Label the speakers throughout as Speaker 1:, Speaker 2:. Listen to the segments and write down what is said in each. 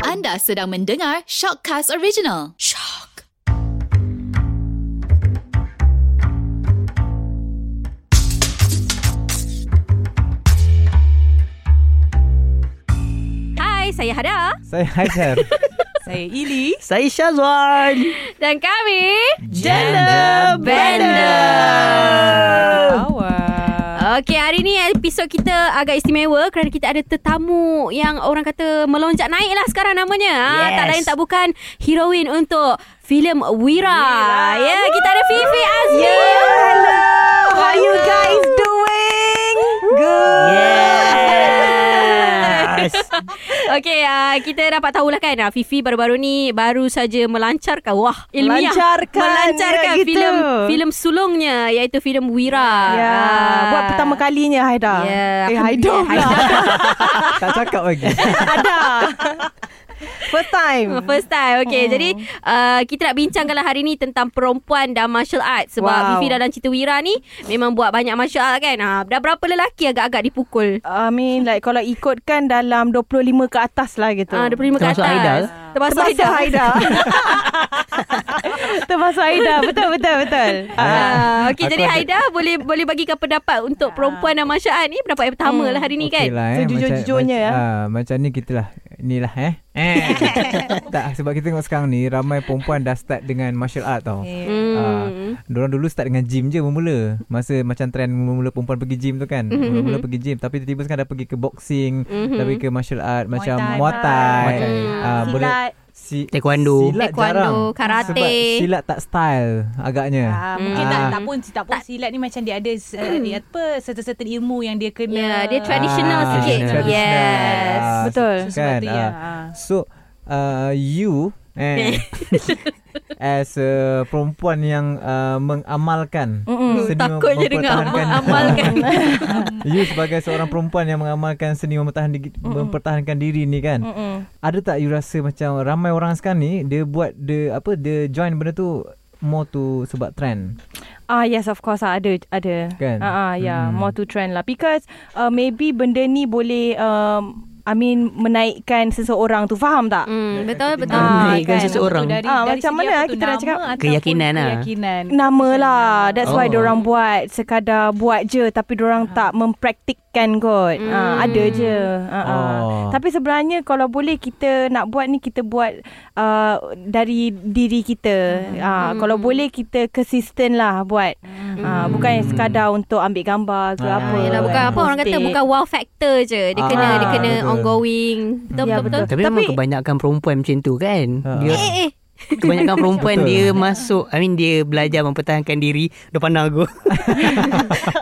Speaker 1: Anda sedang mendengar Shockcast Original. Shock.
Speaker 2: Hai, saya Hada
Speaker 3: Saya Haizar
Speaker 2: Saya Ili
Speaker 4: Saya Syazwan
Speaker 2: Dan kami
Speaker 4: Gender Bender
Speaker 2: Okey, hari ni episod kita agak istimewa kerana kita ada tetamu yang orang kata melonjak naik lah sekarang namanya. Yes.
Speaker 4: Yes.
Speaker 2: Tak lain tak bukan heroin untuk filem Wira. Ya, yeah, kita ada Fifi Azmi.
Speaker 5: Ya. Hello. How are you guys doing? Good.
Speaker 4: Yes
Speaker 2: Okey, uh, kita dapat tahulah kan uh, Fifi baru-baru ni baru saja melancarkan wah ilmiah
Speaker 5: Melancarkan,
Speaker 2: melancarkan
Speaker 5: ya, gitu.
Speaker 2: filem filem sulungnya iaitu filem Wira.
Speaker 5: Ya, yeah. buat pertama kalinya Haida.
Speaker 2: Ah. Ya,
Speaker 5: Eh
Speaker 2: aku-
Speaker 5: Haida pula.
Speaker 3: Tak cakap lagi
Speaker 5: Ada. First time.
Speaker 2: Oh, First time Okay jadi uh, Kita nak bincangkanlah hari ni Tentang perempuan dan martial arts Sebab wow.
Speaker 5: Wow.
Speaker 2: Fifi dalam cerita Wira ni Memang buat banyak martial art kan ha, Dah berapa lelaki agak-agak dipukul
Speaker 5: I mean like kalau ikutkan dalam 25 ke atas lah gitu.
Speaker 2: Ah, 25 ke atas
Speaker 4: Termasuk Haida ke?
Speaker 2: Termasuk
Speaker 5: Termasuk
Speaker 2: Aida
Speaker 5: Haida. Termasuk Haida. Betul, betul, betul. Ah.
Speaker 2: Ah, okay,
Speaker 3: Aku
Speaker 2: jadi
Speaker 3: ada-
Speaker 2: Haida boleh boleh bagikan pendapat untuk perempuan dan martial art ni pendapat yang pertama lah hari ni
Speaker 3: Okey
Speaker 2: kan.
Speaker 3: lah, eh.
Speaker 5: Sejujur-jujurnya,
Speaker 3: macam,
Speaker 5: ya.
Speaker 3: macam, ah, macam ni kita lah Ni lah eh Eh. tak sebab kita tengok sekarang ni ramai perempuan dah start dengan martial art tau.
Speaker 2: Hmm.
Speaker 3: Ah, Diorang dulu start dengan gym je memula Masa macam trend mula-mula perempuan pergi gym tu kan
Speaker 2: Mhm.
Speaker 3: Mula-mula pergi gym Tapi tiba-tiba sekarang dah pergi ke boxing
Speaker 2: Mhm.
Speaker 3: Dah pergi ke martial art Macam
Speaker 5: Thai. Hmm.
Speaker 3: Muay Thai
Speaker 4: Muay Thai.
Speaker 3: Ah, boleh
Speaker 5: Silat.
Speaker 3: si,
Speaker 4: Taekwondo.
Speaker 3: Silat
Speaker 2: Taekwondo,
Speaker 3: jarang
Speaker 2: karate.
Speaker 3: Sebab silat tak style agaknya
Speaker 5: Eh.
Speaker 6: Ah, mungkin
Speaker 3: Hmm.
Speaker 6: tak,
Speaker 3: Ah.
Speaker 6: tak pun tak pun silat ni macam dia ada uh, dia apa certain-certain ilmu yang dia kena.
Speaker 2: Ya, dia traditional
Speaker 3: Ah,
Speaker 2: sikit.
Speaker 3: traditional.
Speaker 2: Yes.
Speaker 3: Ah,
Speaker 5: Betul.
Speaker 3: se-
Speaker 6: Sesuatu
Speaker 3: kan,
Speaker 6: yang,
Speaker 3: ah.
Speaker 6: ah.
Speaker 3: So uh, You eh, As a perempuan yang uh, Mengamalkan
Speaker 5: Mm-mm.
Speaker 3: seni
Speaker 2: Takut je dengar mengamalkan.
Speaker 3: mempertahankan- You sebagai seorang perempuan Yang mengamalkan seni mempertahan diri, Mempertahankan diri ni kan
Speaker 2: Mm.
Speaker 5: Mm-mm.
Speaker 3: Ada tak you rasa macam Ramai orang sekarang ni Dia buat Dia apa Dia join benda tu More to Sebab trend
Speaker 5: Ah yes of course ah, ada ada.
Speaker 3: Kan?
Speaker 5: Ah ah, yeah
Speaker 3: Hmm.
Speaker 5: more to trend lah because uh, maybe benda ni boleh um, I mean menaikkan seseorang tu faham tak?
Speaker 2: Hmm, betul betul.
Speaker 5: Ah,
Speaker 4: Menaikkan
Speaker 5: kan.
Speaker 4: seseorang.
Speaker 6: Dari,
Speaker 5: Ah,
Speaker 6: dari
Speaker 5: macam
Speaker 6: segi
Speaker 5: mana
Speaker 6: apa
Speaker 5: lah
Speaker 6: tu,
Speaker 5: kita nak
Speaker 6: nama
Speaker 5: cakap?
Speaker 6: ataupun
Speaker 4: Keyakinan lah.
Speaker 6: Keyakinan.
Speaker 5: Nama lah That's why
Speaker 4: Oh.
Speaker 5: orang buat Sekadar buat je Tapi orang tak Mempraktikkan
Speaker 2: Ah.
Speaker 5: kot
Speaker 2: Hmm.
Speaker 5: Ah, Ada je Ah, ah.
Speaker 3: Oh.
Speaker 5: Tapi sebenarnya Kalau boleh kita Nak buat ni Kita buat ah, Dari diri kita
Speaker 2: Hmm.
Speaker 5: Ah, Kalau boleh kita Consistent lah buat Ah, Bukan yang sekadar Untuk ambil gambar ke
Speaker 3: Ah,
Speaker 5: apa
Speaker 2: Yalah, Hmm. bukan apa orang kata
Speaker 5: Post-it.
Speaker 2: bukan wow factor je. Dia kena
Speaker 5: Ah,
Speaker 2: dia kena
Speaker 3: betul.
Speaker 2: ongoing. Betul
Speaker 5: Ya,
Speaker 2: betul. betul.
Speaker 4: Tapi, memang
Speaker 5: Tapi-
Speaker 4: kebanyakan perempuan macam tu kan
Speaker 3: Ha.
Speaker 4: dia,
Speaker 2: Eh eh.
Speaker 4: Kebanyakan perempuan
Speaker 3: Betul.
Speaker 4: dia masuk I mean dia belajar mempertahankan diri Dia pandang aku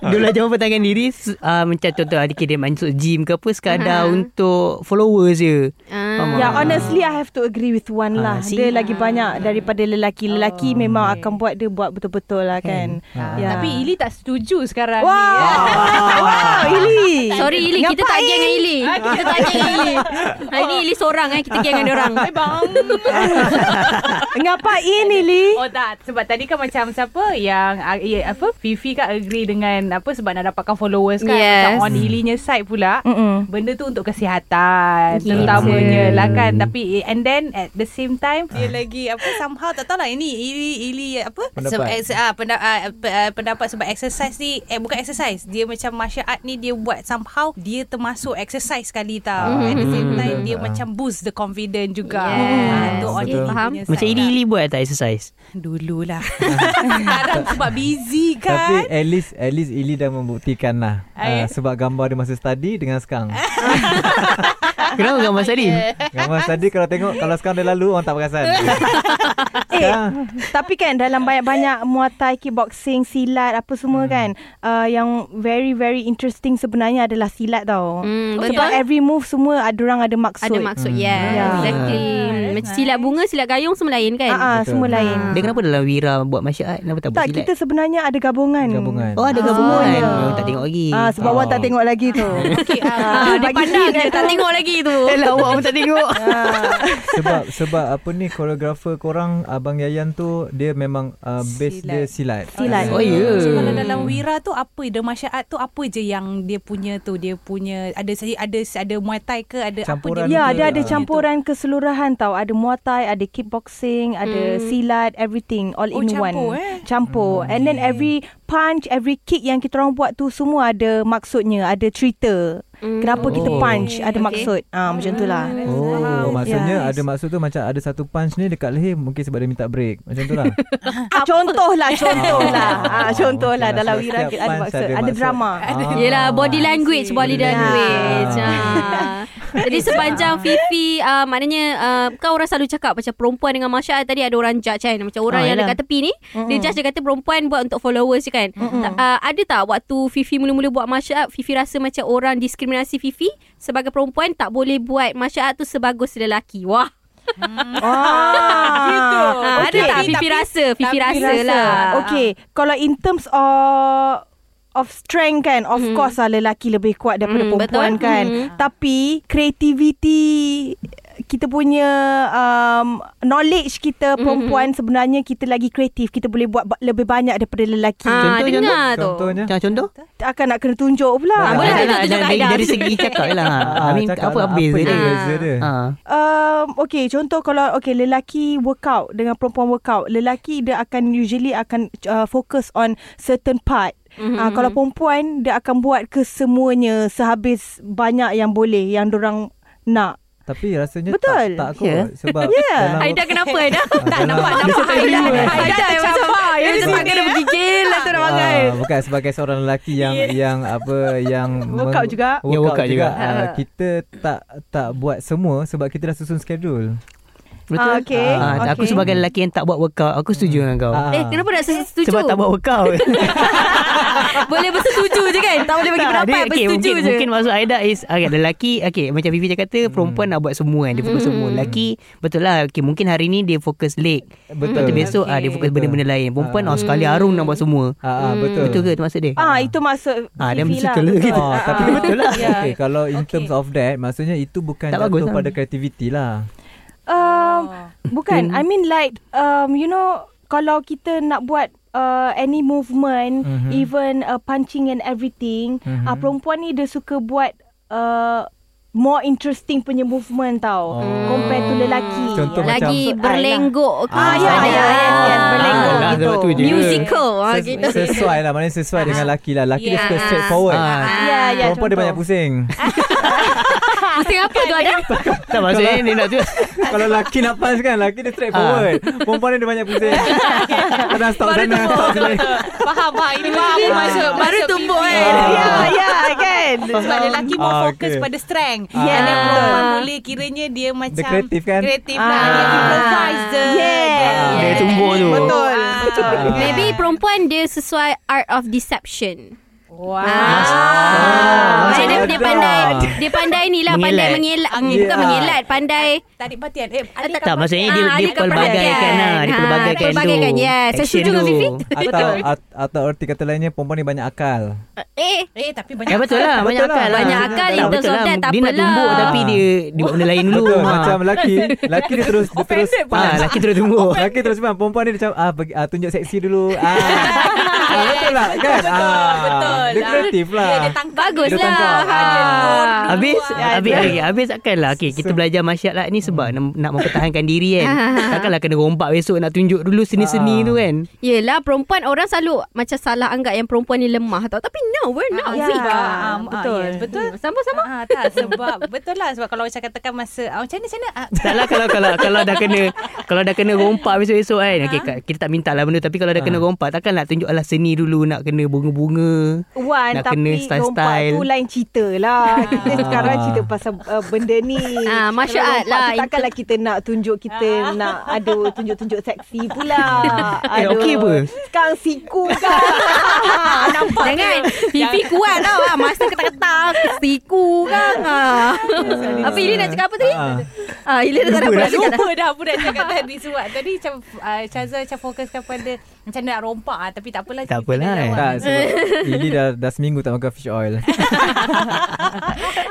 Speaker 4: Dia belajar mempertahankan diri uh, Macam contoh adik dia masuk gym ke apa Sekadar
Speaker 2: Ha.
Speaker 4: untuk followers je
Speaker 2: Ah.
Speaker 5: Ya, yeah,
Speaker 4: Ah.
Speaker 5: honestly I have to agree with Wan lah.
Speaker 4: Ah, see?
Speaker 5: Dia lagi banyak daripada lelaki. Lelaki
Speaker 6: Oh,
Speaker 5: memang
Speaker 6: okay.
Speaker 5: akan buat dia buat betul-betul lah kan.
Speaker 3: Ah.
Speaker 5: Ya.
Speaker 6: Tapi Ili tak setuju sekarang
Speaker 5: Wow,
Speaker 6: ni.
Speaker 5: wow, Ili.
Speaker 2: Sorry Ili Kita tak geng dengan Ili Kita tak geng dengan Ili Hari ni Ili seorang eh. Kita geng dengan orang
Speaker 6: Eh bang.
Speaker 5: Ngapain Ili?
Speaker 6: oh tak sebab tadi kan macam siapa yang ah, ya, apa Fifi kan agree dengan apa sebab nak dapatkan followers kan
Speaker 2: Yes.
Speaker 3: Hmm.
Speaker 6: macam on Ilinya side pula.
Speaker 5: Mm-mm.
Speaker 6: Benda tu untuk kesihatan
Speaker 2: Gitu.
Speaker 6: Terutamanya lah kan Tapi And then at the same time Dia lagi apa Somehow tak tahulah Ini Ili Ili apa
Speaker 3: Pendapat.
Speaker 6: Seb- ex- ah, penda- ah, pe- ah, Pendapat sebab exercise ni eh, Bukan exercise Dia macam martial art ni Dia buat somehow Dia termasuk exercise sekali tau
Speaker 3: Ah,
Speaker 6: At the same
Speaker 3: betul,
Speaker 6: time
Speaker 3: betul.
Speaker 6: Dia
Speaker 3: Ah.
Speaker 6: macam boost the confidence juga
Speaker 2: Yes.
Speaker 6: Ah, tu on
Speaker 3: Betul.
Speaker 6: Ili
Speaker 2: Faham?
Speaker 6: punya side
Speaker 4: Macam
Speaker 6: lah.
Speaker 4: Ili-Ili buat tak exercise
Speaker 6: Dululah Sekarang sebab busy
Speaker 3: Tapi
Speaker 6: kan
Speaker 3: at least At least Ili dah membuktikan lah uh,
Speaker 6: Eh.
Speaker 3: Sebab gambar dia masa study Dengan sekarang
Speaker 4: Kenapa kan gambar Salim?
Speaker 3: Gambar study kalau tengok Kalau sekarang dia lalu Orang tak perasan
Speaker 5: Eh, tapi kan dalam banyak-banyak Muay Thai, kickboxing, silat apa semua kan uh, Yang very very interesting sebenarnya adalah silat tau
Speaker 2: Hmm,
Speaker 5: Sebab
Speaker 2: betul.
Speaker 5: every move semua ada orang ada maksud
Speaker 2: Ada maksud Yes
Speaker 5: Ya.
Speaker 2: Exactly
Speaker 6: Ah,
Speaker 2: Macam silat bunga, silat gayung semua lain kan?
Speaker 5: Ah, ah,
Speaker 3: Betul.
Speaker 5: semua lain.
Speaker 4: Hmm. Dia kenapa dalam Wira buat masyarakat? Kenapa tak buat
Speaker 5: Tak,
Speaker 4: silat?
Speaker 5: kita sebenarnya ada gabungan.
Speaker 3: Gabungan.
Speaker 4: Oh ada gabungan oh, Tak tengok lagi
Speaker 5: Ah, sebab awak tak tengok lagi tu.
Speaker 6: Okay,
Speaker 2: Ah, dia
Speaker 5: bagi
Speaker 2: pandang
Speaker 6: eh,
Speaker 5: silat
Speaker 2: je, tak
Speaker 5: tu.
Speaker 2: tengok lagi tu.
Speaker 4: Alah awak pun tak tengok
Speaker 5: Ah.
Speaker 3: sebab sebab apa ni koreografer korang abang Yayan tu dia memang uh, base
Speaker 6: Silat.
Speaker 3: dia silat.
Speaker 5: Silat.
Speaker 4: Oh ya
Speaker 3: Hmm.
Speaker 6: So kalau dalam wira tu apa dia masyarakat tu apa je yang dia punya tu dia punya ada ada ada muay thai ke ada
Speaker 3: Campuran
Speaker 6: apa dia
Speaker 5: Ya,
Speaker 3: ke,
Speaker 5: dia ada
Speaker 3: ah.
Speaker 5: campuran keseluruhan tau. Ada Muay Thai, ada kickboxing, ada silat, everything all
Speaker 6: Hmm. Oh,
Speaker 5: in
Speaker 6: campur,
Speaker 5: one.
Speaker 6: eh?
Speaker 5: Campur.
Speaker 3: Hmm.
Speaker 5: And then every punch, every kick yang kita orang buat tu semua ada maksudnya, ada cerita.
Speaker 6: Hmm.
Speaker 5: Kenapa kita
Speaker 3: Oh.
Speaker 5: punch, ada
Speaker 2: Okay.
Speaker 5: maksud. Ah, macam tu lah.
Speaker 3: Oh, maksudnya
Speaker 5: Yes.
Speaker 3: ada maksud tu macam ada satu punch ni dekat leher mungkin sebab dia minta break. Macam tu lah.
Speaker 5: Ah, contoh lah, contoh lah. Ah, contoh
Speaker 3: Okey
Speaker 5: lah dalam
Speaker 3: So,
Speaker 5: wira
Speaker 3: setiap
Speaker 5: kita ada
Speaker 3: punch
Speaker 5: maksud. Ada drama.
Speaker 3: Ah.
Speaker 2: Yelah body language Body
Speaker 3: Body
Speaker 2: language
Speaker 3: language.
Speaker 2: ha. Jadi sepanjang Fifi uh, Maknanya uh, Kan orang selalu cakap Macam perempuan dengan masyarakat Tadi ada orang judge kan Macam orang
Speaker 5: Ah,
Speaker 2: yang
Speaker 5: yelah.
Speaker 2: dekat tepi ni Dia judge dia kata Perempuan buat untuk followers je kan Ta- uh, Ada tak waktu Fifi mula-mula buat masyarakat Fifi rasa macam orang diskriminasi Fifi Sebagai perempuan Tak boleh buat masyarakat tu Sebagus lelaki Wah
Speaker 5: Ah,
Speaker 6: Gitu.
Speaker 2: Ah, ada tak Fifi rasa? Fifi
Speaker 5: Tapi
Speaker 2: rasa lah.
Speaker 5: Okay Kalau in terms of Of strength kan Of hmm. course lah Lelaki lebih kuat Daripada
Speaker 2: Hmm,
Speaker 5: hmm, perempuan
Speaker 2: betul.
Speaker 5: betul. kan
Speaker 2: Hmm.
Speaker 5: hmm. Tapi Creativity kita punya um, knowledge
Speaker 2: Hmm,
Speaker 5: kita perempuan mm-hmm. sebenarnya kita lagi kreatif kita boleh buat ba- lebih banyak daripada lelaki
Speaker 2: Ah,
Speaker 4: Contoh,
Speaker 2: dengar tu
Speaker 3: Contohnya
Speaker 4: Macam contoh
Speaker 5: akan nak kena tunjuk pula Kan?
Speaker 2: Ah, boleh
Speaker 4: Ah,
Speaker 2: tunjuk-
Speaker 4: dah-
Speaker 2: tunjuk
Speaker 4: dah-
Speaker 2: kat Aida.
Speaker 4: Dari segi cakap lah I mean
Speaker 3: cakap
Speaker 4: apa
Speaker 3: lah,
Speaker 4: apa beza
Speaker 3: yang
Speaker 4: dia
Speaker 3: beza dia?
Speaker 4: Ah.
Speaker 5: Um, okay, contoh kalau okay lelaki workout dengan perempuan workout, lelaki dia akan usually akan uh, fokus on certain part. Mm-hmm. Uh, kalau perempuan dia akan buat kesemuanya sehabis banyak yang boleh yang orang nak.
Speaker 3: Tapi rasanya
Speaker 5: Betul.
Speaker 3: tak tak kot
Speaker 4: Ya.
Speaker 3: sebab
Speaker 5: Ya.
Speaker 3: dalam
Speaker 2: Aida kenapa Aida? tak
Speaker 3: dalam-
Speaker 2: nampak
Speaker 3: Dia
Speaker 2: nampak
Speaker 3: tak
Speaker 2: Aida.
Speaker 3: terima.
Speaker 2: Aida yang macam Dia macam tak kena bergigil lah tu nak makan.
Speaker 3: Ah, bukan sebagai seorang lelaki yang yang apa yang
Speaker 5: Workout
Speaker 3: meng-
Speaker 5: juga.
Speaker 3: workout
Speaker 4: Ya, workout
Speaker 3: juga.
Speaker 4: juga.
Speaker 3: Ah, kita tak tak buat semua sebab kita dah susun schedule.
Speaker 4: Betul
Speaker 5: Ah, okay.
Speaker 4: Ah, Aku
Speaker 5: Okay.
Speaker 4: sebagai lelaki yang tak buat workout Aku setuju dengan kau
Speaker 3: Ah.
Speaker 2: Eh, kenapa nak setuju?
Speaker 4: Sebab tak buat workout
Speaker 2: Boleh bersetuju je kan? Tak boleh bagi
Speaker 4: Tak,
Speaker 2: pendapat,
Speaker 4: dia- okay,
Speaker 2: bersetuju je.
Speaker 4: mungkin,
Speaker 2: Ah.
Speaker 4: Mungkin maksud Aida is okay, Lelaki okay, Macam Vivi cakap kata Perempuan
Speaker 3: Hmm.
Speaker 4: nak buat semua kan Dia fokus
Speaker 2: Hmm.
Speaker 4: semua Lelaki Betul lah okay, Mungkin hari ni dia fokus leg
Speaker 3: Betul.
Speaker 4: Tapi besok okay. ah, dia fokus benda-benda lain Perempuan ah. sekali arung nak buat semua
Speaker 3: Ah, ah, betul.
Speaker 4: Betul ke tu maksud dia?
Speaker 5: Ah, itu maksud
Speaker 4: Ah,
Speaker 5: Fifi
Speaker 4: dia
Speaker 5: lah,
Speaker 4: mesti color
Speaker 5: betul. Ah,
Speaker 4: kita.
Speaker 3: Oh, tapi betul lah.
Speaker 6: Yeah.
Speaker 3: Okay, kalau in
Speaker 6: Okay.
Speaker 3: terms of that, maksudnya itu bukan
Speaker 4: Tak
Speaker 3: jatuh
Speaker 4: bagus lah.
Speaker 3: pada creativity lah.
Speaker 5: Um,
Speaker 3: Hmm.
Speaker 5: bukan. I mean like um, you know kalau kita nak buat uh, any
Speaker 3: Mhm.
Speaker 5: movement, mm-hmm. even uh, punching and everything,
Speaker 3: Mhm.
Speaker 5: mm-hmm. uh, perempuan ni dia suka buat uh, more interesting punya movement
Speaker 3: Oh.
Speaker 5: tau. Compare to lelaki.
Speaker 3: Contoh macam-
Speaker 2: Lagi berlenggok. ke
Speaker 5: lah. Ah, ya,
Speaker 2: macam
Speaker 5: ya,
Speaker 2: mana.
Speaker 5: ya, ya,
Speaker 2: Ah.
Speaker 5: berlenggok
Speaker 4: Ah,
Speaker 5: gitu.
Speaker 4: sebab tu je.
Speaker 2: Musical. ah,
Speaker 3: Ses-
Speaker 2: gitu.
Speaker 3: sesuai lah, maknanya sesuai dengan laki lah. Laki dia suka
Speaker 2: Yeah.
Speaker 3: straight forward.
Speaker 4: Ah.
Speaker 5: Ya, ya,
Speaker 3: Perempuan dia
Speaker 5: contoh.
Speaker 3: banyak pusing.
Speaker 2: Pusing apa tu Ah. ada?
Speaker 4: Tak maksudnya dia nak tu
Speaker 3: kalau lelaki nak punch kan, lelaki dia
Speaker 5: Ha.
Speaker 3: straight
Speaker 4: Ah.
Speaker 3: forward. Perempuan dia, dia banyak pusing. Kadang stop sana, stop sini.
Speaker 6: faham faham ini faham apa maksud
Speaker 2: Baru
Speaker 6: maksud
Speaker 2: tumbuk
Speaker 6: Fifi.
Speaker 2: kan?
Speaker 5: Ya, ya kan.
Speaker 6: sebab lelaki more
Speaker 3: Ah,
Speaker 6: fokus
Speaker 3: okay.
Speaker 6: pada strength
Speaker 3: Ah.
Speaker 6: yeah. dan
Speaker 5: Yeah.
Speaker 6: perempuan boleh kiranya dia macam
Speaker 3: kreatif kan?
Speaker 6: kreatif
Speaker 5: Ah.
Speaker 6: lah dia improviser
Speaker 5: Yeah.
Speaker 6: dia-
Speaker 4: Dia tumbuk tu
Speaker 5: Betul.
Speaker 3: Ah.
Speaker 2: Ah. Maybe perempuan dia sesuai art of deception.
Speaker 6: wow
Speaker 2: Ah,
Speaker 3: macam
Speaker 2: dia, dia
Speaker 3: ada.
Speaker 2: pandai dia pandai ni lah pandai mengelat
Speaker 4: Mengelat.
Speaker 6: Ah,
Speaker 2: bukan
Speaker 3: yeah.
Speaker 2: mengelat pandai
Speaker 6: tarik perhatian eh
Speaker 2: tak-
Speaker 4: Tak maksudnya dia,
Speaker 2: Ah,
Speaker 4: dia
Speaker 2: dia
Speaker 4: pelbagaikan
Speaker 2: keperhatian.
Speaker 4: lah Dia
Speaker 2: Ah,
Speaker 4: pelbagaikan tu
Speaker 2: pelbagaikan, yes. Saya
Speaker 4: Action
Speaker 2: setuju dengan
Speaker 4: tu.
Speaker 2: Fifi.
Speaker 3: Atau, at- atau erti kata lainnya, perempuan ni banyak akal.
Speaker 2: eh
Speaker 6: eh tapi
Speaker 4: Ya
Speaker 6: banyak
Speaker 4: betul lah
Speaker 3: Betul
Speaker 4: Banyak
Speaker 3: lah.
Speaker 4: akal lah
Speaker 2: Banyak akal in terms
Speaker 4: Tak, betul
Speaker 2: of
Speaker 4: lah.
Speaker 2: that, tak
Speaker 4: Dia nak
Speaker 2: apalah.
Speaker 4: tumbuk Tapi dia Dia buat benda lain
Speaker 5: ha.
Speaker 4: dulu
Speaker 3: Betul,
Speaker 4: Ah.
Speaker 3: macam lelaki. Lelaki dia terus, dia terus
Speaker 4: Ah,
Speaker 3: punch.
Speaker 4: lelaki terus tumbuk
Speaker 3: Lelaki terus bilang Perempuan ni macam ah, bagi, ah, Tunjuk seksi dulu ah. ah, Betul lah kan ah,
Speaker 6: betul
Speaker 3: Dia kreatif lah
Speaker 6: dia tangkap
Speaker 2: bagus
Speaker 3: Dia
Speaker 2: lah
Speaker 3: tangkap.
Speaker 2: ha.
Speaker 5: Ah.
Speaker 4: Habis habis okay, habis takkanlah okay, kita belajar masyarakat ni sebab nak, nak mempertahankan diri kan. Takkanlah kena rompak besok nak tunjuk dulu
Speaker 3: Ah.
Speaker 4: seni-seni tu kan.
Speaker 2: Yelah perempuan orang selalu macam salah anggap yang perempuan ni lemah tau. Tapi no, we're not
Speaker 5: ya.
Speaker 2: weak.
Speaker 6: Ah,
Speaker 5: Betul.
Speaker 6: betul. betul.
Speaker 2: Sama-sama.
Speaker 6: Ah, tak sebab betul lah sebab kalau macam katakan masa ah, macam ni macam ni ah,
Speaker 4: Taklah lah kalau kalau kalau dah kena kalau dah kena rompak besok-besok kan. Okey Kak, kita tak minta lah benda tapi kalau
Speaker 3: Ah.
Speaker 4: dah kena rompak takkan nak tunjuk alah seni dulu nak kena bunga-bunga.
Speaker 5: Wan
Speaker 4: Nak kena
Speaker 5: tapi
Speaker 4: style-style.
Speaker 5: rompak tu lain cerita
Speaker 3: Ah.
Speaker 5: lah Kita sekarang cerita pasal uh, benda ni
Speaker 2: Ah, martial
Speaker 5: Kalau
Speaker 2: art
Speaker 5: rompak
Speaker 2: lah. Ah.
Speaker 5: tu Takkanlah kita nak tunjuk Kita nak ada tunjuk-tunjuk seksi pula
Speaker 4: Eh,
Speaker 5: Aduh.
Speaker 4: okey apa?
Speaker 5: Sekarang siku kan ah, Nampak
Speaker 2: Jangan Fifi kuat tau ah. Masa ketak-ketak Siku kan ah. Apa ini nak cakap apa tadi?
Speaker 3: Ah.
Speaker 2: Ah, Hilda tak tahu apa nak cakap dah.
Speaker 6: Lupa dah apa nak cakap tadi Sebab tadi macam uh, Syazah macam fokuskan pada Macam nak rompak ah, Tapi tak apalah
Speaker 4: Tak
Speaker 6: cerita
Speaker 4: apalah,
Speaker 6: dia
Speaker 4: eh.
Speaker 6: awal.
Speaker 3: Tak sebab Lily dah, dah seminggu tak makan fish
Speaker 5: Ah,
Speaker 3: oil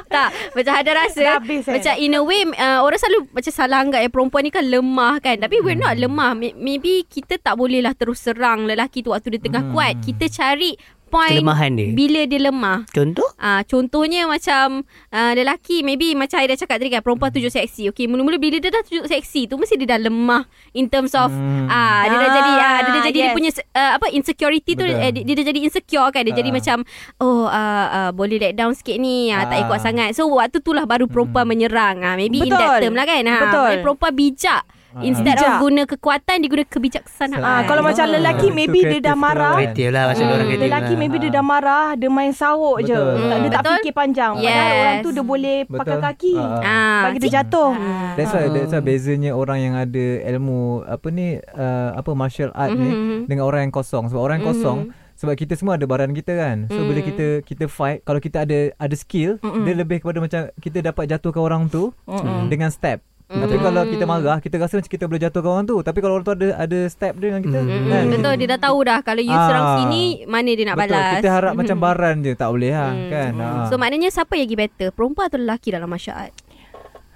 Speaker 2: Tak Macam ada rasa
Speaker 5: Dah habis, eh?
Speaker 2: Macam in a way uh, Orang selalu Macam salah anggap yang Perempuan ni kan lemah kan Tapi we're not lemah May- Maybe kita tak boleh lah Terus serang lelaki tu Waktu dia tengah
Speaker 3: Hmm.
Speaker 2: kuat Kita cari Point
Speaker 4: Kelemahan dia.
Speaker 2: Bila dia lemah
Speaker 4: Contoh?
Speaker 2: Ah, contohnya macam ah, lelaki maybe macam I dah cakap tadi kan perempuan
Speaker 3: Hmm.
Speaker 2: tunjuk seksi. Okey, mula-mula bila dia dah tunjuk seksi tu mesti dia dah lemah in terms of
Speaker 3: Hmm.
Speaker 2: ah dia dah jadi ah dia dah jadi dia
Speaker 6: yes.
Speaker 2: punya uh, apa insecurity tu
Speaker 3: Betul.
Speaker 2: eh, dia, dia dah jadi insecure kan. Dia jadi
Speaker 3: Ah.
Speaker 2: macam oh ah, ah, boleh let down sikit ni, ah, tak
Speaker 3: Ah. Hmm.
Speaker 2: ikut sangat. So waktu tu lah baru perempuan menyerang. Ah maybe in that
Speaker 5: Betul.
Speaker 2: term lah kan. Ah,
Speaker 5: Betul.
Speaker 2: perempuan bijak
Speaker 3: Ah.
Speaker 2: Instead
Speaker 5: Bijak.
Speaker 2: of guna kekuatan Dia guna kebijaksanaan
Speaker 5: Ah, kalau macam lelaki,
Speaker 3: Itu
Speaker 5: maybe dia
Speaker 3: kreatif
Speaker 5: dah marah.
Speaker 3: keluar.
Speaker 4: Kreatif lah Pasal
Speaker 2: Hmm.
Speaker 4: hmm. orang kreatif
Speaker 5: Lelaki
Speaker 4: lah.
Speaker 5: maybe dia dah marah Dia main sawuk je
Speaker 3: Betul.
Speaker 5: Tak- Dia tak
Speaker 2: Betul.
Speaker 5: fikir panjang Padahal
Speaker 2: Yes.
Speaker 5: orang tu dia boleh pakai
Speaker 3: Betul.
Speaker 5: kaki
Speaker 3: Ah.
Speaker 2: Ah,
Speaker 5: Bagi dia jatuh
Speaker 3: That's why that's why bezanya orang yang ada ilmu apa ni uh, apa martial art
Speaker 2: Mhm.
Speaker 3: mm-hmm. ni dengan orang yang kosong. Sebab orang yang
Speaker 2: Mm-hmm.
Speaker 3: kosong sebab kita semua ada baran kita kan. So mm. bila kita kita fight kalau kita ada ada skill
Speaker 2: Mm-hmm.
Speaker 3: mm dia lebih kepada macam kita dapat jatuhkan orang tu mm dengan step.
Speaker 2: Mm-hmm.
Speaker 3: Mm. Tapi kalau kita marah kita rasa macam kita boleh jatuhkan orang tu. Tapi kalau orang tu ada ada step dia dengan kita. Mm.
Speaker 2: Mm, betul dia dah tahu dah kalau you serang
Speaker 3: Ah.
Speaker 2: sini mana dia nak
Speaker 3: Betul.
Speaker 2: balas. Mm-hmm. Mm.
Speaker 3: Kita harap macam baran je tak boleh lah kan. Ah.
Speaker 2: So maknanya siapa yang lagi better? Perempuan atau lelaki dalam masyarakat?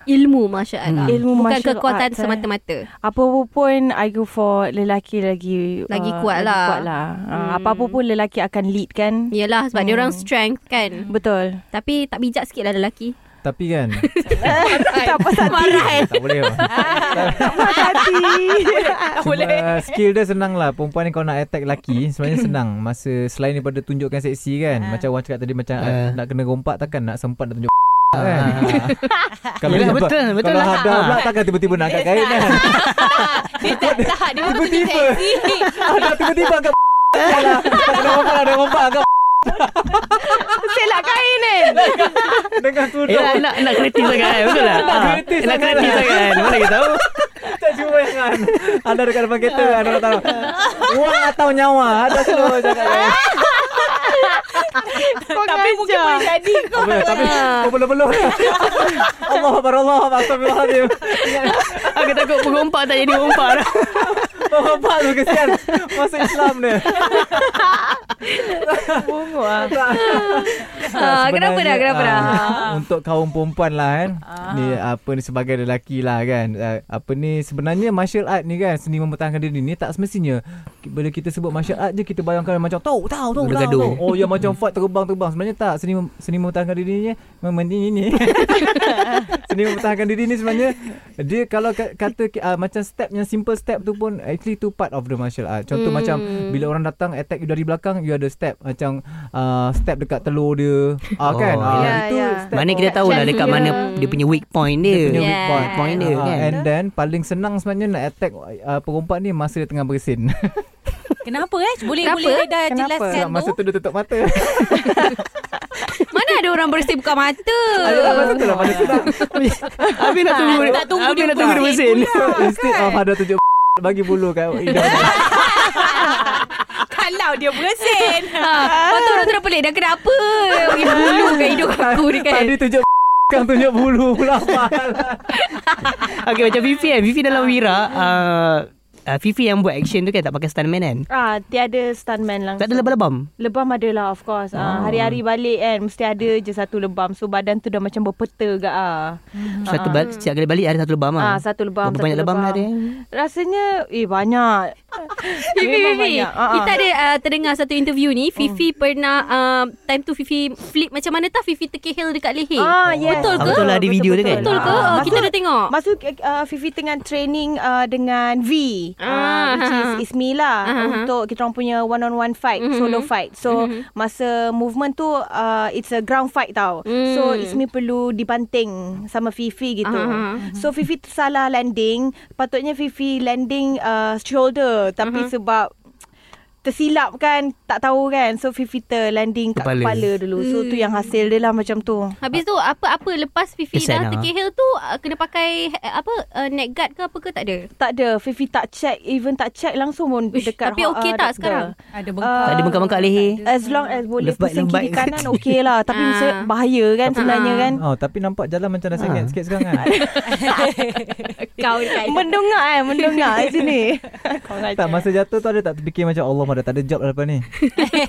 Speaker 2: Ilmu masyarakat lah.
Speaker 5: Ilmu
Speaker 2: Bukan
Speaker 5: martial
Speaker 2: kekuatan
Speaker 5: arts, eh.
Speaker 2: semata-mata.
Speaker 5: Apa pun I go for lelaki lagi
Speaker 2: Lagi
Speaker 5: ah,
Speaker 2: kuat
Speaker 5: lagi
Speaker 2: lah. Ya.
Speaker 5: kuat lah. Ah, Apa-apa pun lelaki akan lead kan
Speaker 2: Yelah sebab dia orang strength kan.
Speaker 5: Hmm. Betul
Speaker 2: Tapi tak bijak sikit lah lelaki.
Speaker 3: Tapi kan
Speaker 5: Tak puas hati
Speaker 3: tak boleh
Speaker 2: Ah.
Speaker 3: lah.
Speaker 5: Tak puas hati
Speaker 3: Boleh. skill dia senang lah. Perempuan ni kalau nak attack lelaki sebenarnya senang. Masa selain daripada tunjukkan seksi kan. Macam orang cakap tadi macam
Speaker 4: Ah.
Speaker 3: nak kena rompak takkan nak sempat nak tunjuk kan.
Speaker 4: Ah.
Speaker 3: kalau
Speaker 4: Yelah,
Speaker 3: dia-
Speaker 4: betul, betul
Speaker 3: kalau
Speaker 4: lah.
Speaker 3: hadap pula takkan tiba-tiba nak angkat kain kan.
Speaker 6: Dia tak tak Dia bukan tunjuk
Speaker 3: Tiba-tiba.
Speaker 6: seksi
Speaker 3: Hadap tiba-tiba angkat Alah, tak kena rompak lah, dia rompak angkat
Speaker 6: lah, Ah,
Speaker 5: Selak
Speaker 6: kan,
Speaker 5: kain eh
Speaker 3: dengan
Speaker 4: Eh,
Speaker 3: tudung.
Speaker 4: nak, nak, nak kreatif sangat kan Betul lah
Speaker 3: Nak
Speaker 4: Ah,
Speaker 3: kreatif
Speaker 4: Nak
Speaker 3: sangat
Speaker 4: kreatif
Speaker 3: lah.
Speaker 4: sangat kan Mana kita tahu
Speaker 3: Tak cuba kan. Ada dekat depan kereta, kan, ada orang tahu. Wang atau nyawa, ada selalu cakap kan.
Speaker 6: Tapi mungkin boleh jadi
Speaker 3: Oh, boleh, tapi kau belum-belum. Allah, Akbar, Allah, Akbar, Astagfirullahaladzim.
Speaker 4: Aku takut pengompak tak jadi ompak dah
Speaker 3: Bapak tu kesian Masuk Islam dia Bungok lah
Speaker 2: Ah, kenapa dah? Kenapa dah?
Speaker 3: Untuk kaum perempuan lah kan Ni apa ni sebagai lelaki lah kan Ah, Apa ni sebenarnya martial art ni kan Seni mempertahankan diri ni tak semestinya Bila kita sebut martial art je Kita bayangkan macam Tau, tau, tau, tau,
Speaker 4: Bergaduh.
Speaker 3: tau. Oh ya macam fight terbang-terbang Sebenarnya tak Seni, mem- seni mempertahankan dirinya Memang ni ni Seni mempertahankan diri ni sebenarnya Dia kalau ka- kata uh, Macam step yang simple step tu pun Actually tu part of the martial art Contoh
Speaker 2: Hmm.
Speaker 3: hmm. macam Bila orang datang attack you dari belakang You ada step Macam uh, step dekat telur dia uh,
Speaker 4: Oh.
Speaker 3: kan
Speaker 2: Ah,
Speaker 3: uh,
Speaker 5: Ya,
Speaker 3: Itu
Speaker 5: ya.
Speaker 3: step
Speaker 4: Mana kita tahu lah Dekat mana Dia punya weak point dia
Speaker 3: dia punya weak
Speaker 2: Yeah.
Speaker 3: point.
Speaker 4: Weak point dia
Speaker 3: Ah,
Speaker 4: kan
Speaker 3: And then paling senang sebenarnya nak attack uh, perompak ni masa dia tengah bersin.
Speaker 6: Kenapa eh Boleh
Speaker 2: Kenapa?
Speaker 6: boleh dah
Speaker 5: Kenapa?
Speaker 6: jelaskan
Speaker 3: Sebab masa
Speaker 6: Kan tu
Speaker 3: tu dia tutup mata.
Speaker 2: Mana ada orang bersih buka mata?
Speaker 3: Ayolah masa tu lah paling senang.
Speaker 4: Habis nak tunggu
Speaker 6: Tak tunggu
Speaker 4: Habis
Speaker 6: dia
Speaker 4: nak tunggu dia bersin
Speaker 3: So instead of ada tunjuk bagi bulu kat lidah dia.
Speaker 6: Kalau dia bersin
Speaker 2: Ha, lepas tu orang tu dah pelik. Dah kena apa? Pergi bulu kat hidung aku ni kan.
Speaker 3: Tadi tunjuk kan tunjuk bulu pula mahal.
Speaker 4: Okay macam Fifi kan Fifi dalam Wira ah, ah, Fifi yang buat action tu kan Tak pakai stuntman kan
Speaker 5: Ah, tiada stuntman langsung.
Speaker 4: Tak ada lebam-lebam
Speaker 5: Lebam ada lah of course. Ah, hari-hari balik kan mesti ada je satu lebam. So badan tu dah macam berpeta gak ah.
Speaker 4: Satu bal- Setiap kali balik ada satu lebam
Speaker 5: Ah,
Speaker 4: lah
Speaker 5: satu lebam,
Speaker 4: Berapa
Speaker 5: satu
Speaker 4: banyak lebam
Speaker 5: lebam.
Speaker 4: lah dia
Speaker 5: Rasanya eh banyak.
Speaker 2: Fifi,
Speaker 5: Memang
Speaker 2: Fifi.
Speaker 5: banyak. Ah, Hmm. ah.
Speaker 2: Kita ada uh, terdengar satu interview ni. Fifi pernah, uh, time tu Fifi flip macam mana tak Fifi terkehel dekat leher.
Speaker 5: Ah, yes.
Speaker 2: Betul ke?
Speaker 4: Betul lah, ada video dia kan?
Speaker 2: Betul ke?
Speaker 5: Ah,
Speaker 2: Oh, kita
Speaker 5: masa-
Speaker 2: dah tengok.
Speaker 5: Masa uh, Fifi tengah training uh, dengan V
Speaker 2: Ah.
Speaker 5: ah, which is Ismi lah
Speaker 2: Ah.
Speaker 5: untuk kita orang punya one on one fight,
Speaker 2: Mhm.
Speaker 5: solo fight. So masa movement tu uh, it's a ground fight tau.
Speaker 2: Mm.
Speaker 5: So Ismi perlu dibanting sama Fifi gitu.
Speaker 2: Ah.
Speaker 5: So Fifi tu
Speaker 2: Mhm.
Speaker 5: salah landing, patutnya Fifi landing uh, shoulder tapi sebab tersilap kan tak tahu kan so Fifi terlanding kat
Speaker 4: Kepala.
Speaker 5: kepala, kepala dulu so tu yang hasil dia lah macam tu
Speaker 2: Habis tu apa-apa lepas Fifi
Speaker 4: Kesan
Speaker 2: dah
Speaker 4: lah.
Speaker 2: terkehel tu uh, kena pakai uh, apa uh, neck guard ke apa ke tak ada.
Speaker 5: tak ada Fifi tak check even tak check langsung pun
Speaker 2: Uish,
Speaker 5: dekat
Speaker 2: tapi okey tak
Speaker 5: ah, doktor.
Speaker 2: sekarang?
Speaker 6: Ada bengkak.
Speaker 4: Tak ada bengkak-bengkak leher.
Speaker 5: As long as boleh
Speaker 4: Lebat,
Speaker 5: pusing kiri
Speaker 4: lebat.
Speaker 5: kanan okey lah Tapi
Speaker 2: Ah.
Speaker 5: maksudnya bahaya kan sebenarnya kan
Speaker 3: Oh, tapi nampak jalan macam dah
Speaker 4: Ah.
Speaker 3: sengit sikit sekarang kan.
Speaker 2: Kau dekat.
Speaker 5: Mendongak eh Mendongak kat sini
Speaker 3: tak masa jatuh tu ada tak terfikir macam Allah dah tak ada job dah lepas ni.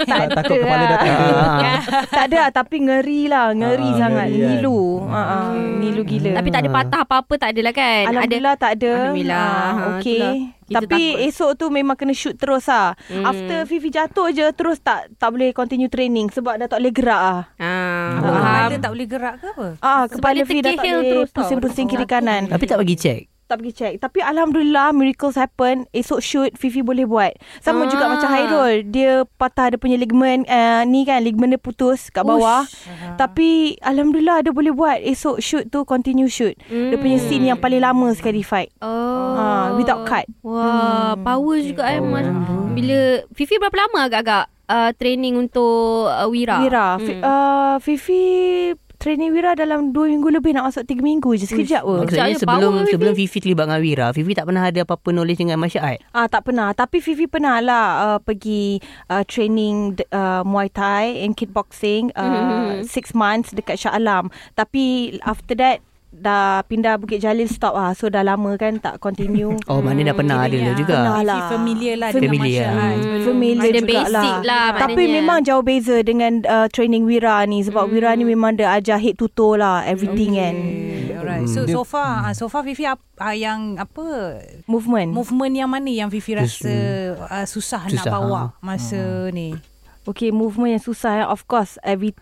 Speaker 3: tak, takut kepala dah tak
Speaker 4: lah. Ah,
Speaker 3: ada.
Speaker 5: Tak ada lah, Tapi ngeri lah Ngeri
Speaker 3: Ah,
Speaker 5: sangat
Speaker 3: ngeri kan.
Speaker 5: Nilu Ah, ah, Nilu gila
Speaker 2: Tapi tak ada patah apa-apa tak adalah kan.
Speaker 5: Alhamdulillah tak ada
Speaker 2: Alhamdulillah. Ha,
Speaker 5: Okay
Speaker 2: itulah. Kita
Speaker 5: Tapi
Speaker 2: takut.
Speaker 5: esok tu memang kena shoot terus lah hmm. After Fifi jatuh je Terus tak tak boleh continue training Sebab dah tak boleh gerak lah
Speaker 2: Ada. Ha.
Speaker 6: Kepala
Speaker 2: Faham.
Speaker 6: Ah, tak boleh gerak ke apa?
Speaker 5: Ah,
Speaker 2: Sebab
Speaker 5: kepala
Speaker 2: dia
Speaker 5: Fifi dah tak
Speaker 2: terkehel
Speaker 5: boleh
Speaker 2: terus tau.
Speaker 5: pusing-pusing kiri kanan
Speaker 4: Tapi tak bagi check.
Speaker 5: tak pergi check. Tapi Alhamdulillah miracles happen. Esok shoot Fifi boleh buat. Sama
Speaker 2: Ah.
Speaker 5: juga macam Hairul. Dia patah dia punya ligament. Uh, ni kan ligament dia putus kat bawah.
Speaker 2: Ah.
Speaker 5: Tapi Alhamdulillah dia boleh buat. Esok shoot tu continue shoot. Dia punya scene yang paling lama sekali fight.
Speaker 2: Hmm. Oh.
Speaker 5: Ah, without cut.
Speaker 2: Wah, hmm. power juga eh Mas. Bila Fifi berapa lama agak-agak uh, training untuk uh, Wira?
Speaker 5: Wira. Fi- uh, Fifi training Wira dalam 2 minggu lebih. Nak masuk 3 minggu je. Sekejap pun.
Speaker 2: Sekejap
Speaker 4: Maksudnya
Speaker 2: je,
Speaker 4: sebelum
Speaker 2: power, Fifi.
Speaker 4: sebelum Fifi terlibat dengan Wira, Fifi tak pernah ada apa-apa knowledge dengan masyarakat.
Speaker 5: Ah tak pernah tapi Fifi pernah lah uh, pergi uh, training d- uh, Muay Thai and kickboxing uh, mm-hmm. six months dekat Shah Alam tapi after that dah pindah Bukit Jalil stop ah so dah lama kan tak continue
Speaker 4: Oh, mana dah pernah ada
Speaker 6: kiranya.
Speaker 4: juga.
Speaker 5: Pernah
Speaker 6: Fifi
Speaker 5: lah.
Speaker 6: familiar lah dengan
Speaker 4: Familiar.
Speaker 6: martial art.
Speaker 5: hmm, familiar
Speaker 2: ada
Speaker 5: jugalah.
Speaker 2: basic lah
Speaker 5: tapi
Speaker 2: maknanya.
Speaker 5: memang jauh beza dengan uh, training Wira ni sebab hmm. Wira ni memang dia ajar head to toe lah everything okay. and
Speaker 6: Okay, Alright. So
Speaker 3: Dia-
Speaker 6: so far ah, so far Fifi ap- ah, yang apa
Speaker 5: movement
Speaker 6: movement yang mana yang Fifi
Speaker 4: Just,
Speaker 6: rasa uh, susah, nak
Speaker 4: susah,
Speaker 6: bawa
Speaker 4: ah.
Speaker 6: masa ni?
Speaker 5: Okay, movement yang susah eh. Of course, every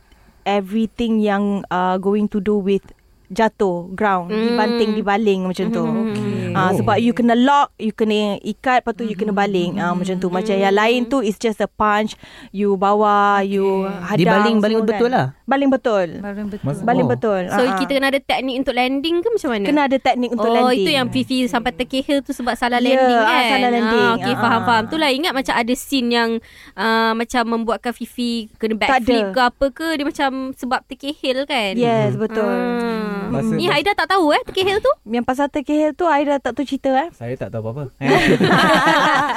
Speaker 5: everything yang uh, going to do with jatuh
Speaker 2: Mm.
Speaker 5: ground
Speaker 2: Mm-hmm. Oh.
Speaker 5: mm. dibanting dibaling macam tu
Speaker 6: Okay.
Speaker 5: Ah, sebab you kena lock you kena ikat lepas tu you
Speaker 2: Mm-hmm.
Speaker 5: kena baling ah, macam tu macam yang lain tu is just a punch you bawa you hadang semua
Speaker 4: Dibaling-baling
Speaker 5: kan.
Speaker 4: betul lah.
Speaker 5: baling betul
Speaker 6: Baru betul.
Speaker 3: Mas-
Speaker 5: baling
Speaker 3: Oh.
Speaker 5: betul
Speaker 2: So
Speaker 5: Ah, ah.
Speaker 2: kita kena ada teknik untuk landing ke macam mana?
Speaker 5: kena ada teknik untuk
Speaker 2: oh,
Speaker 5: landing
Speaker 2: itu yang Fifi sampai terkehel tu sebab salah
Speaker 5: Ya,
Speaker 2: landing
Speaker 5: ah,
Speaker 2: kan.
Speaker 5: salah landing.
Speaker 2: Ah, okey
Speaker 5: Ah.
Speaker 2: faham faham. Itulah ingat macam ada scene yang uh, macam membuatkan Fifi kena
Speaker 5: Tak
Speaker 2: backflip
Speaker 5: ada.
Speaker 2: ke apa ke dia macam sebab terkehel kan.
Speaker 5: yes betul
Speaker 2: Hmm.
Speaker 3: Masa-
Speaker 2: Ni Haida tak tahu eh terkehel tu.
Speaker 5: yang pasal terkehel tu Aida tak tahu cerita eh
Speaker 3: Saya tak tahu apa-apa.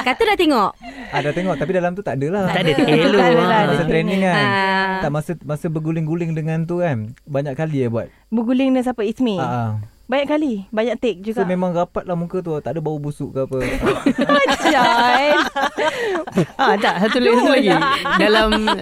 Speaker 2: Kata dah tengok.
Speaker 3: Ada tengok tapi dalam tu tak adalah.
Speaker 4: Tak ada hello.
Speaker 5: Tak ada lah.
Speaker 4: ah.
Speaker 3: Masa training kan.
Speaker 2: Ah.
Speaker 3: Tak masa masa berguling-guling dengan tu kan. Banyak kali ya buat.
Speaker 4: Eh.
Speaker 5: berguling dengan siapa Ismi
Speaker 3: Ha.
Speaker 5: banyak kali banyak take
Speaker 3: So
Speaker 5: juga
Speaker 3: memang rapat lah muka tu. Tak ada bau busuk ke apa.
Speaker 5: Ajay.
Speaker 4: Ah tak satu lagi satu lagi. Dalam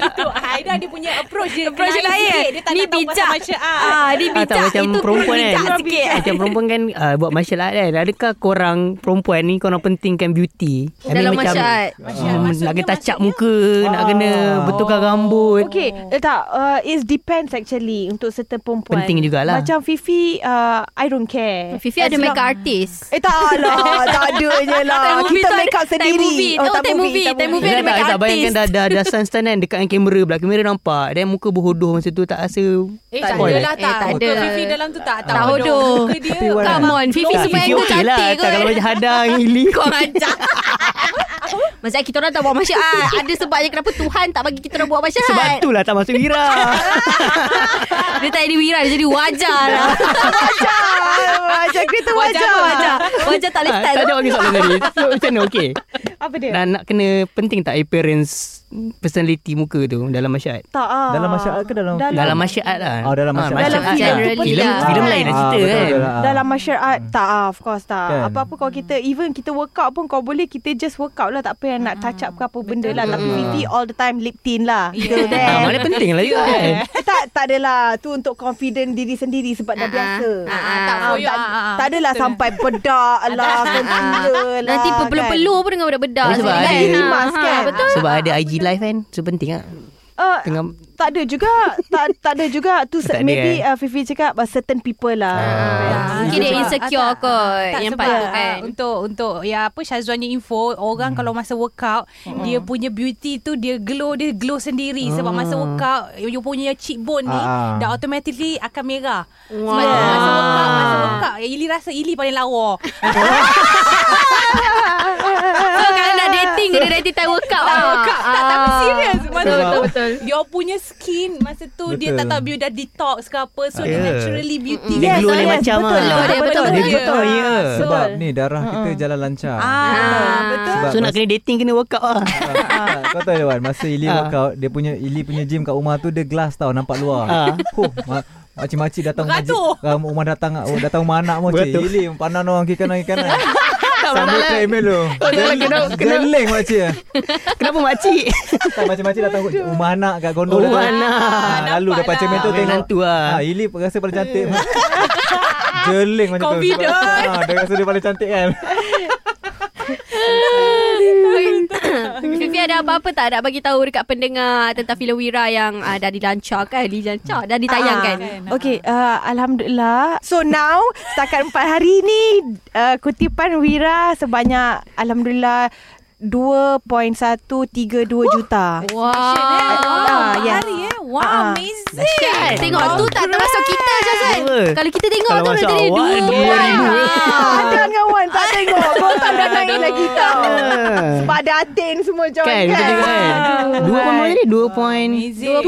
Speaker 6: Haida dia punya approach dia
Speaker 2: Approach dia lain. Ni bijak. Ah, dia
Speaker 4: ah, tak
Speaker 2: bijak
Speaker 4: macam
Speaker 2: itu
Speaker 4: perempuan kan.
Speaker 2: bijak sikit.
Speaker 4: Macam perempuan kan ah, buat martial art kan. Adakah korang perempuan ni korang pentingkan beauty? I mean,
Speaker 2: Dalam
Speaker 4: macam,
Speaker 2: martial art. Ah.
Speaker 4: ah, nak kena touch up muka, nak kena betulkan rambut.
Speaker 5: Okay,
Speaker 2: Oh.
Speaker 5: eh, tak. Uh, it depends actually untuk certain perempuan.
Speaker 4: Penting jugalah.
Speaker 5: Macam Fifi, uh, I don't care.
Speaker 2: Fifi
Speaker 5: As
Speaker 2: ada
Speaker 5: long-
Speaker 2: makeup artist.
Speaker 5: Eh tak lah, tak ada je lah.
Speaker 2: Tak, movie
Speaker 5: Kita
Speaker 2: tu ada-
Speaker 5: make up
Speaker 2: tak
Speaker 5: sendiri. Oh,
Speaker 2: movie. Tahu tak movie, tak movie ada
Speaker 4: Tapi tak,
Speaker 2: makeup
Speaker 4: tak bayangkan dah,
Speaker 2: artist.
Speaker 4: dah, dah sunstand kan dekat dengan kamera Belakang kamera nampak Dan muka berhodoh masa tu tak rasa
Speaker 6: Eh,
Speaker 2: Tak
Speaker 6: tak,
Speaker 4: spoil.
Speaker 6: ada lah
Speaker 2: Eh,
Speaker 6: tak.
Speaker 2: tak
Speaker 6: Muka
Speaker 2: ada.
Speaker 6: Fifi dalam tu tak.
Speaker 2: Tak bodoh.
Speaker 6: Muka dia.
Speaker 3: Tapi warna-
Speaker 2: Come on, Fifi
Speaker 4: Tak,
Speaker 2: semua
Speaker 4: Fifi
Speaker 2: angle
Speaker 4: okey lah
Speaker 2: cantik
Speaker 4: Tak kalau
Speaker 2: kot.
Speaker 4: macam hadang Ili
Speaker 2: Kau ajar Masa kita orang tak buat martial art Ada sebabnya kenapa Tuhan tak bagi kita orang buat martial
Speaker 4: Sebab
Speaker 2: art
Speaker 4: tu lah tak masuk Wira
Speaker 2: Dia tak jadi wira Dia jadi wajar lah
Speaker 5: Macam kereta
Speaker 2: Wajar
Speaker 5: wajah.
Speaker 2: apa wajar Wajar tak boleh
Speaker 4: Ah,
Speaker 2: style
Speaker 4: Tak ada bagi soalan tadi So macam mana okay
Speaker 5: Apa dia?
Speaker 4: Dan nak kena penting tak appearance Personality muka tu dalam masyarakat
Speaker 5: tak ah.
Speaker 3: dalam masyarakat ke dalam
Speaker 5: Dalam-
Speaker 4: Dalam masyarakat lah
Speaker 3: Oh, dalam
Speaker 4: Ah,
Speaker 3: masyarakat.
Speaker 5: Dalam
Speaker 4: lah.
Speaker 5: film.
Speaker 4: Film,
Speaker 2: Dalam
Speaker 4: film
Speaker 5: film.
Speaker 4: lain nak
Speaker 3: Ah,
Speaker 4: cerita
Speaker 3: betul,
Speaker 4: kan
Speaker 3: betul, ah.
Speaker 5: Dalam martial art Tak ah, of course tak
Speaker 3: Kan?
Speaker 5: Apa-apa kalau kita Even kita workout pun Kau boleh kita just workout lah Tak payah nak touch up ke apa benda lah Tapi Fifi all the time lip tint lah Till
Speaker 4: Hmm.
Speaker 5: then
Speaker 4: Ah, Mana penting lah juga kan
Speaker 5: Eh, tak tak adalah tu untuk confident diri sendiri sebab dah
Speaker 2: Ah,
Speaker 5: biasa.
Speaker 2: ah, ah, tak
Speaker 5: Ah,
Speaker 6: koyak,
Speaker 5: tak,
Speaker 6: ah, ah.
Speaker 5: tak adalah sampai bedak lah concealer lah.
Speaker 2: ah. Nanti perlu-perlu pun dengan budak-budak
Speaker 4: Tapi sebab
Speaker 2: Kan?
Speaker 4: ada-
Speaker 2: Ha,
Speaker 5: rimas
Speaker 2: ha,
Speaker 5: kan?
Speaker 2: Betul
Speaker 4: Sebab ada IG live kan So penting lah
Speaker 5: Uh,
Speaker 4: Tengah
Speaker 5: tak ada juga tak tak ada juga tu
Speaker 4: Tak ada, eh?
Speaker 5: maybe uh, Fifi cakap uh, certain people lah.
Speaker 2: Ah, Mungkin dia insecure kot Yang part
Speaker 6: lah.
Speaker 2: tu kan
Speaker 6: ah, Untuk Untuk Ya apa Syazwan ni info
Speaker 3: Hmm.
Speaker 6: Orang kalau masa workout Dia punya beauty tu Dia glow Dia glow sendiri Sebab masa workout You punya cheekbone ni
Speaker 3: Hmm. Ah.
Speaker 6: Dah automatically Akan merah Sebab masa workout Masa workout eh, Ili rasa Ili paling lawa
Speaker 2: So kalau nak dating kena nanti tak workout
Speaker 6: Tak workout, tak, tak,
Speaker 2: Ah.
Speaker 6: serious. Masa
Speaker 2: Betul,
Speaker 6: tu,
Speaker 2: betul, betul.
Speaker 6: Dia punya skin Masa tu Betul. dia
Speaker 3: Betul. Ah,
Speaker 6: tak tahu Dia dah detox ke apa So yeah. dia
Speaker 4: Yeah.
Speaker 6: naturally beauty
Speaker 4: Dia glow lain macam
Speaker 5: betul,
Speaker 4: ah.
Speaker 5: betul,
Speaker 2: Dia
Speaker 5: betul,
Speaker 4: Dia
Speaker 5: betul,
Speaker 6: glow.
Speaker 5: betul.
Speaker 4: betul ya.
Speaker 3: Sebab ni darah kita jalan lancar.
Speaker 6: Ah,
Speaker 2: Ah.
Speaker 6: Betul
Speaker 3: Sebab
Speaker 4: So nak kena dating kena workout lah.
Speaker 3: Ah, Kau tahu Dewan Masa Ili
Speaker 4: Ah.
Speaker 3: workout Dia punya Ili punya gym kat rumah tu Dia glass tau Nampak luar
Speaker 4: Ah.
Speaker 3: huh, ma- Makcik-makcik datang rumah,
Speaker 6: Beratur.
Speaker 3: ji- um, rumah datang oh, Datang rumah anak mu cik
Speaker 4: Beratur.
Speaker 3: Ili pandang orang kiri kanan kiri kanan Sambil treadmill tu Geling makcik
Speaker 4: Kenapa makcik?
Speaker 3: Tak makcik-makcik datang rumah anak kat gondol
Speaker 4: Rumah
Speaker 3: datang.
Speaker 4: anak.
Speaker 3: Ah, Lalu
Speaker 6: nampak
Speaker 3: depan
Speaker 6: lah.
Speaker 3: cermin tu
Speaker 4: Main
Speaker 3: tengok
Speaker 4: hantu lah.
Speaker 3: Ah, Ili rasa paling cantik Jeling macam tu Sebab-
Speaker 6: Confident.
Speaker 3: ah, Dia rasa dia paling cantik kan
Speaker 2: Fifi ada apa-apa tak nak bagi tahu dekat pendengar tentang filem Wira yang uh, dah dilancarkan, dilancar, dah ditayangkan.
Speaker 5: Ah, kan? Okay, uh, Alhamdulillah. So now, setakat 4 hari ni, uh, kutipan Wira sebanyak Alhamdulillah 2.132 juta.
Speaker 2: Ah, Wow.
Speaker 5: Ah,
Speaker 6: eh. Wow,
Speaker 5: yes.
Speaker 6: Hari eh Wow
Speaker 5: Ah, ah.
Speaker 6: amazing
Speaker 2: Kan? Tengok tu tak termasuk kita je Zan.
Speaker 4: Dua.
Speaker 2: Kalau kita tengok
Speaker 4: Kalau
Speaker 2: tu
Speaker 4: masuk
Speaker 2: tadi
Speaker 4: awak,
Speaker 2: dua.
Speaker 4: 2,000.
Speaker 5: Ah, Ada kawan tak tengok. Kau tak dah naik lagi tau.
Speaker 4: Ah.
Speaker 5: Sebab ada Atin semua join
Speaker 4: Kan?
Speaker 5: kan.
Speaker 4: Kita tengok kan. Dua pun boleh ni, dua point.
Speaker 6: Amazing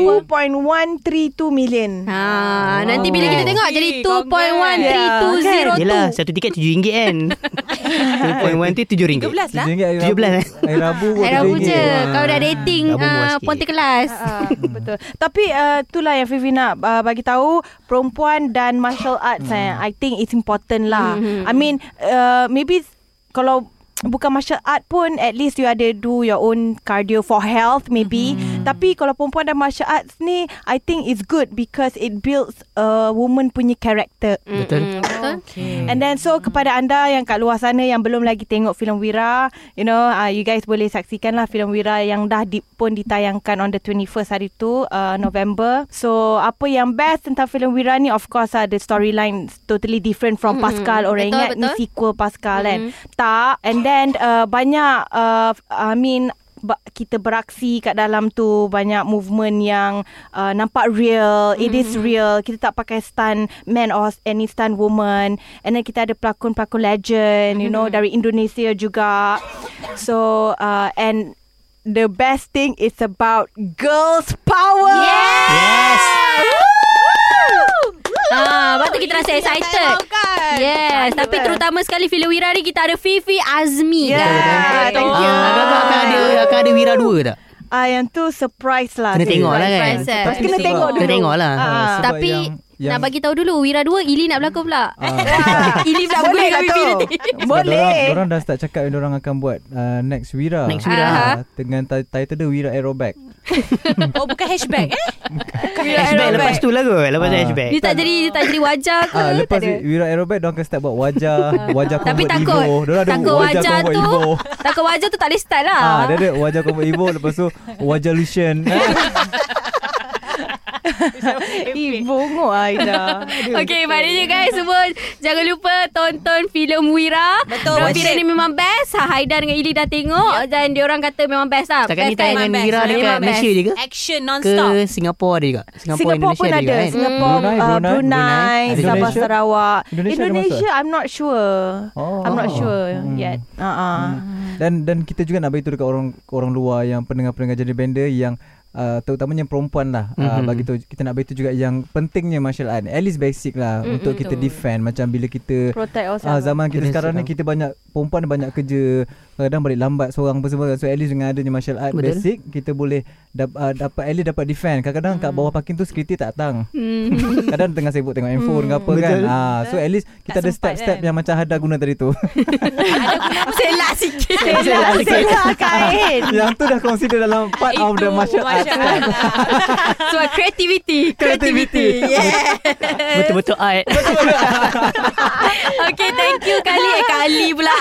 Speaker 5: 2.132 million.
Speaker 2: Ha,
Speaker 5: Ah,
Speaker 2: nanti bila
Speaker 5: kan?
Speaker 2: kita tengok jadi
Speaker 6: Fifi,
Speaker 5: congrats.
Speaker 2: 2.1320.
Speaker 4: Yelah, satu tiket tujuh ringgit kan. 2.1 tu tujuh ringgit.
Speaker 6: 13 lah
Speaker 3: 17
Speaker 4: 17, eh?
Speaker 3: Hari Rabu pun
Speaker 2: Hari Rabu
Speaker 3: RM7.
Speaker 2: je.
Speaker 4: Ah.
Speaker 2: Kalau dah dating
Speaker 4: Rabu muas
Speaker 2: uh,
Speaker 4: sikit.
Speaker 2: ponte kelas.
Speaker 5: Ah, betul. Tapi uh, itulah yang Fifi nak uh, bagi tahu perempuan dan martial arts eh, I think it's important lah. I mean uh, maybe kalau bukan martial art pun at least you ada do your own cardio for health maybe. Tapi kalau perempuan dan martial arts ni I think it's good because it builds a woman punya character.
Speaker 2: Mm,
Speaker 4: Betul.
Speaker 2: betul.
Speaker 5: And then so kepada anda yang kat luar sana yang belum lagi tengok filem Wira, you know, uh, you guys boleh saksikanlah filem Wira yang dah di, pun ditayangkan on the 21st hari tu uh, November. So apa yang best tentang filem Wira ni of course uh, the storyline is totally different from
Speaker 2: Mm-mm.
Speaker 5: Pascal.
Speaker 2: Betul,
Speaker 5: Orang ingat
Speaker 2: Hmm,
Speaker 5: ni
Speaker 2: betul.
Speaker 5: sequel Pascal kan. Tak. And then uh, banyak uh, I mean ba- kita beraksi kat dalam tu banyak movement yang uh, nampak real it is real kita tak pakai stunt man or any stunt woman and then kita ada pelakon-pelakon legend you know dari Indonesia juga so uh, and the best thing is about girls power
Speaker 4: Yes.
Speaker 2: Ah, waktu kita rasa excited. Yes, tapi
Speaker 5: eh.
Speaker 2: terutama sekali filem Wira ni kita ada Fifi Azmi.
Speaker 5: Yeah,
Speaker 2: Betul.
Speaker 5: Ya, thank you.
Speaker 4: Ah, kakak akan ada akan ada Wira 2 tak?
Speaker 5: ah yang tu surprise lah
Speaker 4: Kena tengok lah kan.
Speaker 2: Surprise, eh.
Speaker 3: Tapi
Speaker 5: kena tengok
Speaker 4: Kena
Speaker 5: dulu
Speaker 4: tengok lah.
Speaker 5: Ah.
Speaker 3: Sebab
Speaker 2: Tapi
Speaker 3: yang- yang-
Speaker 2: nak bagi tahu dulu Wira 2 Ili nak berlakon pula.
Speaker 5: Ah.
Speaker 2: Ili pula bergulung
Speaker 5: boleh tak
Speaker 2: dengan Fifi
Speaker 5: tu
Speaker 2: nanti.
Speaker 5: boleh
Speaker 3: Sebab orang dah start cakap yang orang akan buat uh, next Wira.
Speaker 4: Next Wira.
Speaker 3: Ah, dengan ti- title dia Wira Aeroback.
Speaker 6: Oh bukan hatchback eh
Speaker 4: Hashback lepas tu lah kot. Lepas tu
Speaker 3: Ah.
Speaker 4: hashback.
Speaker 2: Dia tak jadi dia tak jadi wajah ke?
Speaker 3: Ah, lepas
Speaker 2: tak ada.
Speaker 3: Wira Aeroback dia akan start buat wajah, wajah
Speaker 2: Tapi
Speaker 3: combat
Speaker 2: takut.
Speaker 3: Evo. Diorang ada
Speaker 2: Takut wajah
Speaker 3: combat
Speaker 2: tu.
Speaker 3: Evo.
Speaker 2: Takut wajah tu tak boleh start lah.
Speaker 3: Ah, dia ada wajah combat Evo lepas tu wajah Lucian.
Speaker 5: Ih, bongok Aida.
Speaker 2: Okay, maknanya guys semua jangan lupa tonton filem Wira.
Speaker 6: Betul,
Speaker 2: Orang
Speaker 6: wajib.
Speaker 2: Wira ni memang best. Ha, Haida dengan Ili dah tengok dan diorang kata memang best lah.
Speaker 4: Setakat ni
Speaker 2: Best kan?
Speaker 4: tayangan
Speaker 6: memang
Speaker 4: Wira
Speaker 6: best.
Speaker 4: dekat
Speaker 2: Memang
Speaker 4: Malaysia
Speaker 2: best.
Speaker 4: je ke?
Speaker 6: Action
Speaker 4: Ke
Speaker 6: non-stop
Speaker 4: Singapura ada juga? Singapura,
Speaker 5: Singapore pun
Speaker 4: Indonesia
Speaker 5: ada.
Speaker 4: ada juga kan?
Speaker 5: Singapore,
Speaker 3: Brunei,
Speaker 5: Brunei, uh,
Speaker 3: Brunei.
Speaker 5: Brunei, Brunei
Speaker 4: Brunei.
Speaker 5: Sabah,
Speaker 3: Indonesia?
Speaker 5: Sarawak.
Speaker 3: Indonesia ada
Speaker 5: Indonesia, I'm not sure.
Speaker 3: Oh.
Speaker 5: I'm not sure
Speaker 3: Hmm.
Speaker 5: yet. Uh-uh.
Speaker 3: Dan dan kita juga nak bagi tahu dekat orang orang luar yang pendengar-pendengar jadi bender yang Uh, terutamanya yang perempuan lah mm-hmm. uh,
Speaker 4: Mhm.
Speaker 3: bagi tu kita nak bagi tu juga yang pentingnya martial art at least basic lah mm-hmm. untuk kita defend macam bila kita
Speaker 5: Protect
Speaker 3: Ah,
Speaker 5: ourselves.
Speaker 3: zaman kita
Speaker 4: Kena
Speaker 3: sekarang ni
Speaker 4: sekarang.
Speaker 3: kita banyak perempuan banyak kerja kadang balik lambat seorang apa semua so at least dengan adanya martial art
Speaker 4: Betul.
Speaker 3: Betul. basic kita boleh dap, uh, dapat at least dapat defend kadang-kadang
Speaker 6: Hmm.
Speaker 3: kat bawah parking tu security tak datang kadang tengah sibuk tengok handphone ke apa kan
Speaker 4: Betul.
Speaker 3: ah so at least kita
Speaker 6: Hmm. Tak
Speaker 3: ada
Speaker 6: sempat
Speaker 3: step-step
Speaker 6: kan?
Speaker 3: yang macam Hada guna tadi tu
Speaker 2: Selak lah sikit.
Speaker 5: Selak, selak kain.
Speaker 3: yang tu dah consider dalam part of the martial art
Speaker 6: Eh. Ah, martial art lah.
Speaker 2: Sebab kreativiti. Kreativiti. Yeah.
Speaker 4: Betul-betul art.
Speaker 2: Okay, thank you Kali. Eh, Kali pula.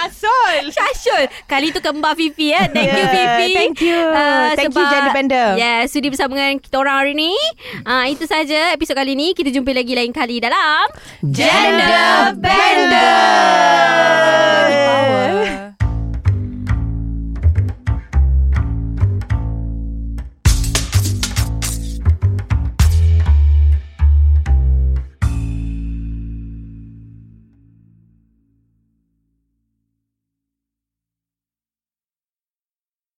Speaker 6: Fasol
Speaker 2: Syashul. Kali tu kembar Fifi eh. Thank you
Speaker 5: Yeah,
Speaker 2: Fifi.
Speaker 5: thank you. Thank you, Jadi Benda.
Speaker 2: Yeah, sudi bersama dengan kita orang hari ni. Ah itu saja episod kali ni. Kita jumpa lagi lain kali dalam
Speaker 4: Gender
Speaker 2: Bender.